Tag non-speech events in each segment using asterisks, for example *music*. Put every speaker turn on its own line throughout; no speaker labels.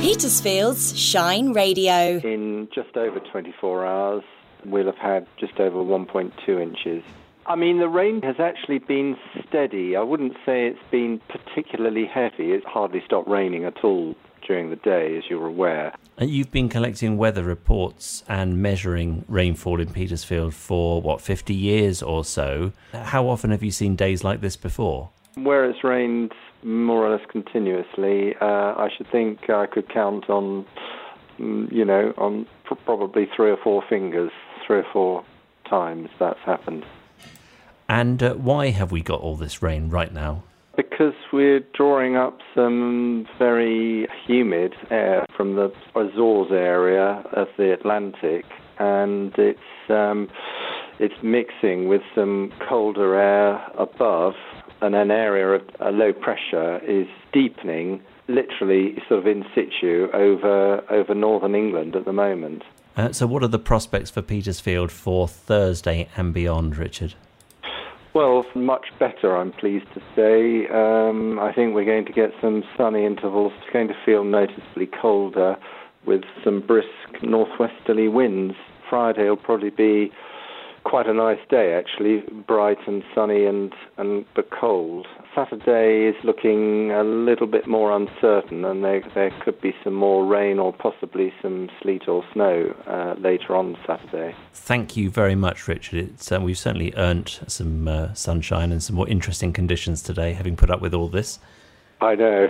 Petersfield's Shine Radio.
In just over 24 hours, we'll have had just over 1.2 inches. I mean, the rain has actually been steady. I wouldn't say it's been particularly heavy. It's hardly stopped raining at all during the day, as you're aware.
And Uh, you've been collecting weather reports and measuring rainfall in Petersfield for what, 50 years or so. How often have you seen days like this before?
Where it's rained more or less continuously, uh, I should think I could count on, mm, you know, on pr- probably three or four fingers, three or four times that's happened.
And uh, why have we got all this rain right now?
Because we're drawing up some very humid air from the Azores area of the Atlantic, and it's um, it's mixing with some colder air above, and an area of uh, low pressure is deepening, literally sort of in situ over over northern England at the moment.
Uh, so, what are the prospects for Petersfield for Thursday and beyond, Richard?
Well, much better, I'm pleased to say. Um, I think we're going to get some sunny intervals. It's going to feel noticeably colder with some brisk northwesterly winds. Friday will probably be quite a nice day, actually, bright and sunny and, and but cold. Saturday is looking a little bit more uncertain, and there, there could be some more rain or possibly some sleet or snow uh, later on Saturday.
Thank you very much, Richard. It's, uh, we've certainly earned some uh, sunshine and some more interesting conditions today, having put up with all this.
I know.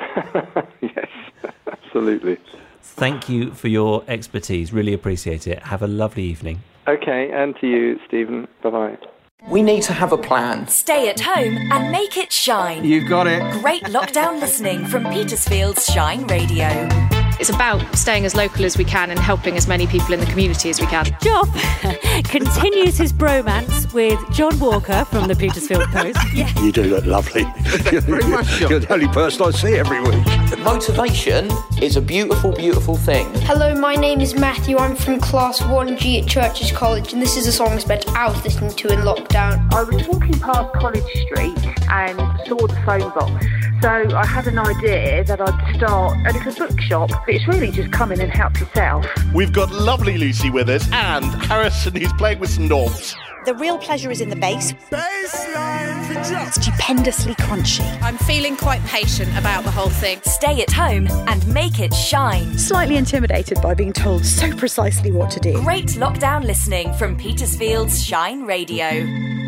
*laughs* yes, *laughs* absolutely.
Thank you for your expertise. Really appreciate it. Have a lovely evening.
Okay, and to you, Stephen. Bye bye.
We need to have a plan.
Stay at home and make it shine.
You've got it.
Great lockdown listening from Petersfield's Shine Radio.
It's about staying as local as we can and helping as many people in the community as we can.
Job continues his bromance with John Walker from the Petersfield
*laughs*
Post.
You do look
*laughs*
lovely. You're the only person I see every week.
Motivation is a beautiful, beautiful thing.
Hello, my name is Matthew. I'm from class 1G at Churches College, and this is a song I spent hours listening to in lockdown.
I was walking past College Street and saw the phone box. So I had an idea that I'd start a little bookshop. It's really just come in and help yourself.
We've got lovely Lucy with us and Harrison who's playing with some knobs.
The real pleasure is in the bass. Stupendously crunchy.
I'm feeling quite patient about the whole thing.
Stay at home and make it shine.
Slightly intimidated by being told so precisely what to do.
Great lockdown listening from Petersfield's Shine Radio.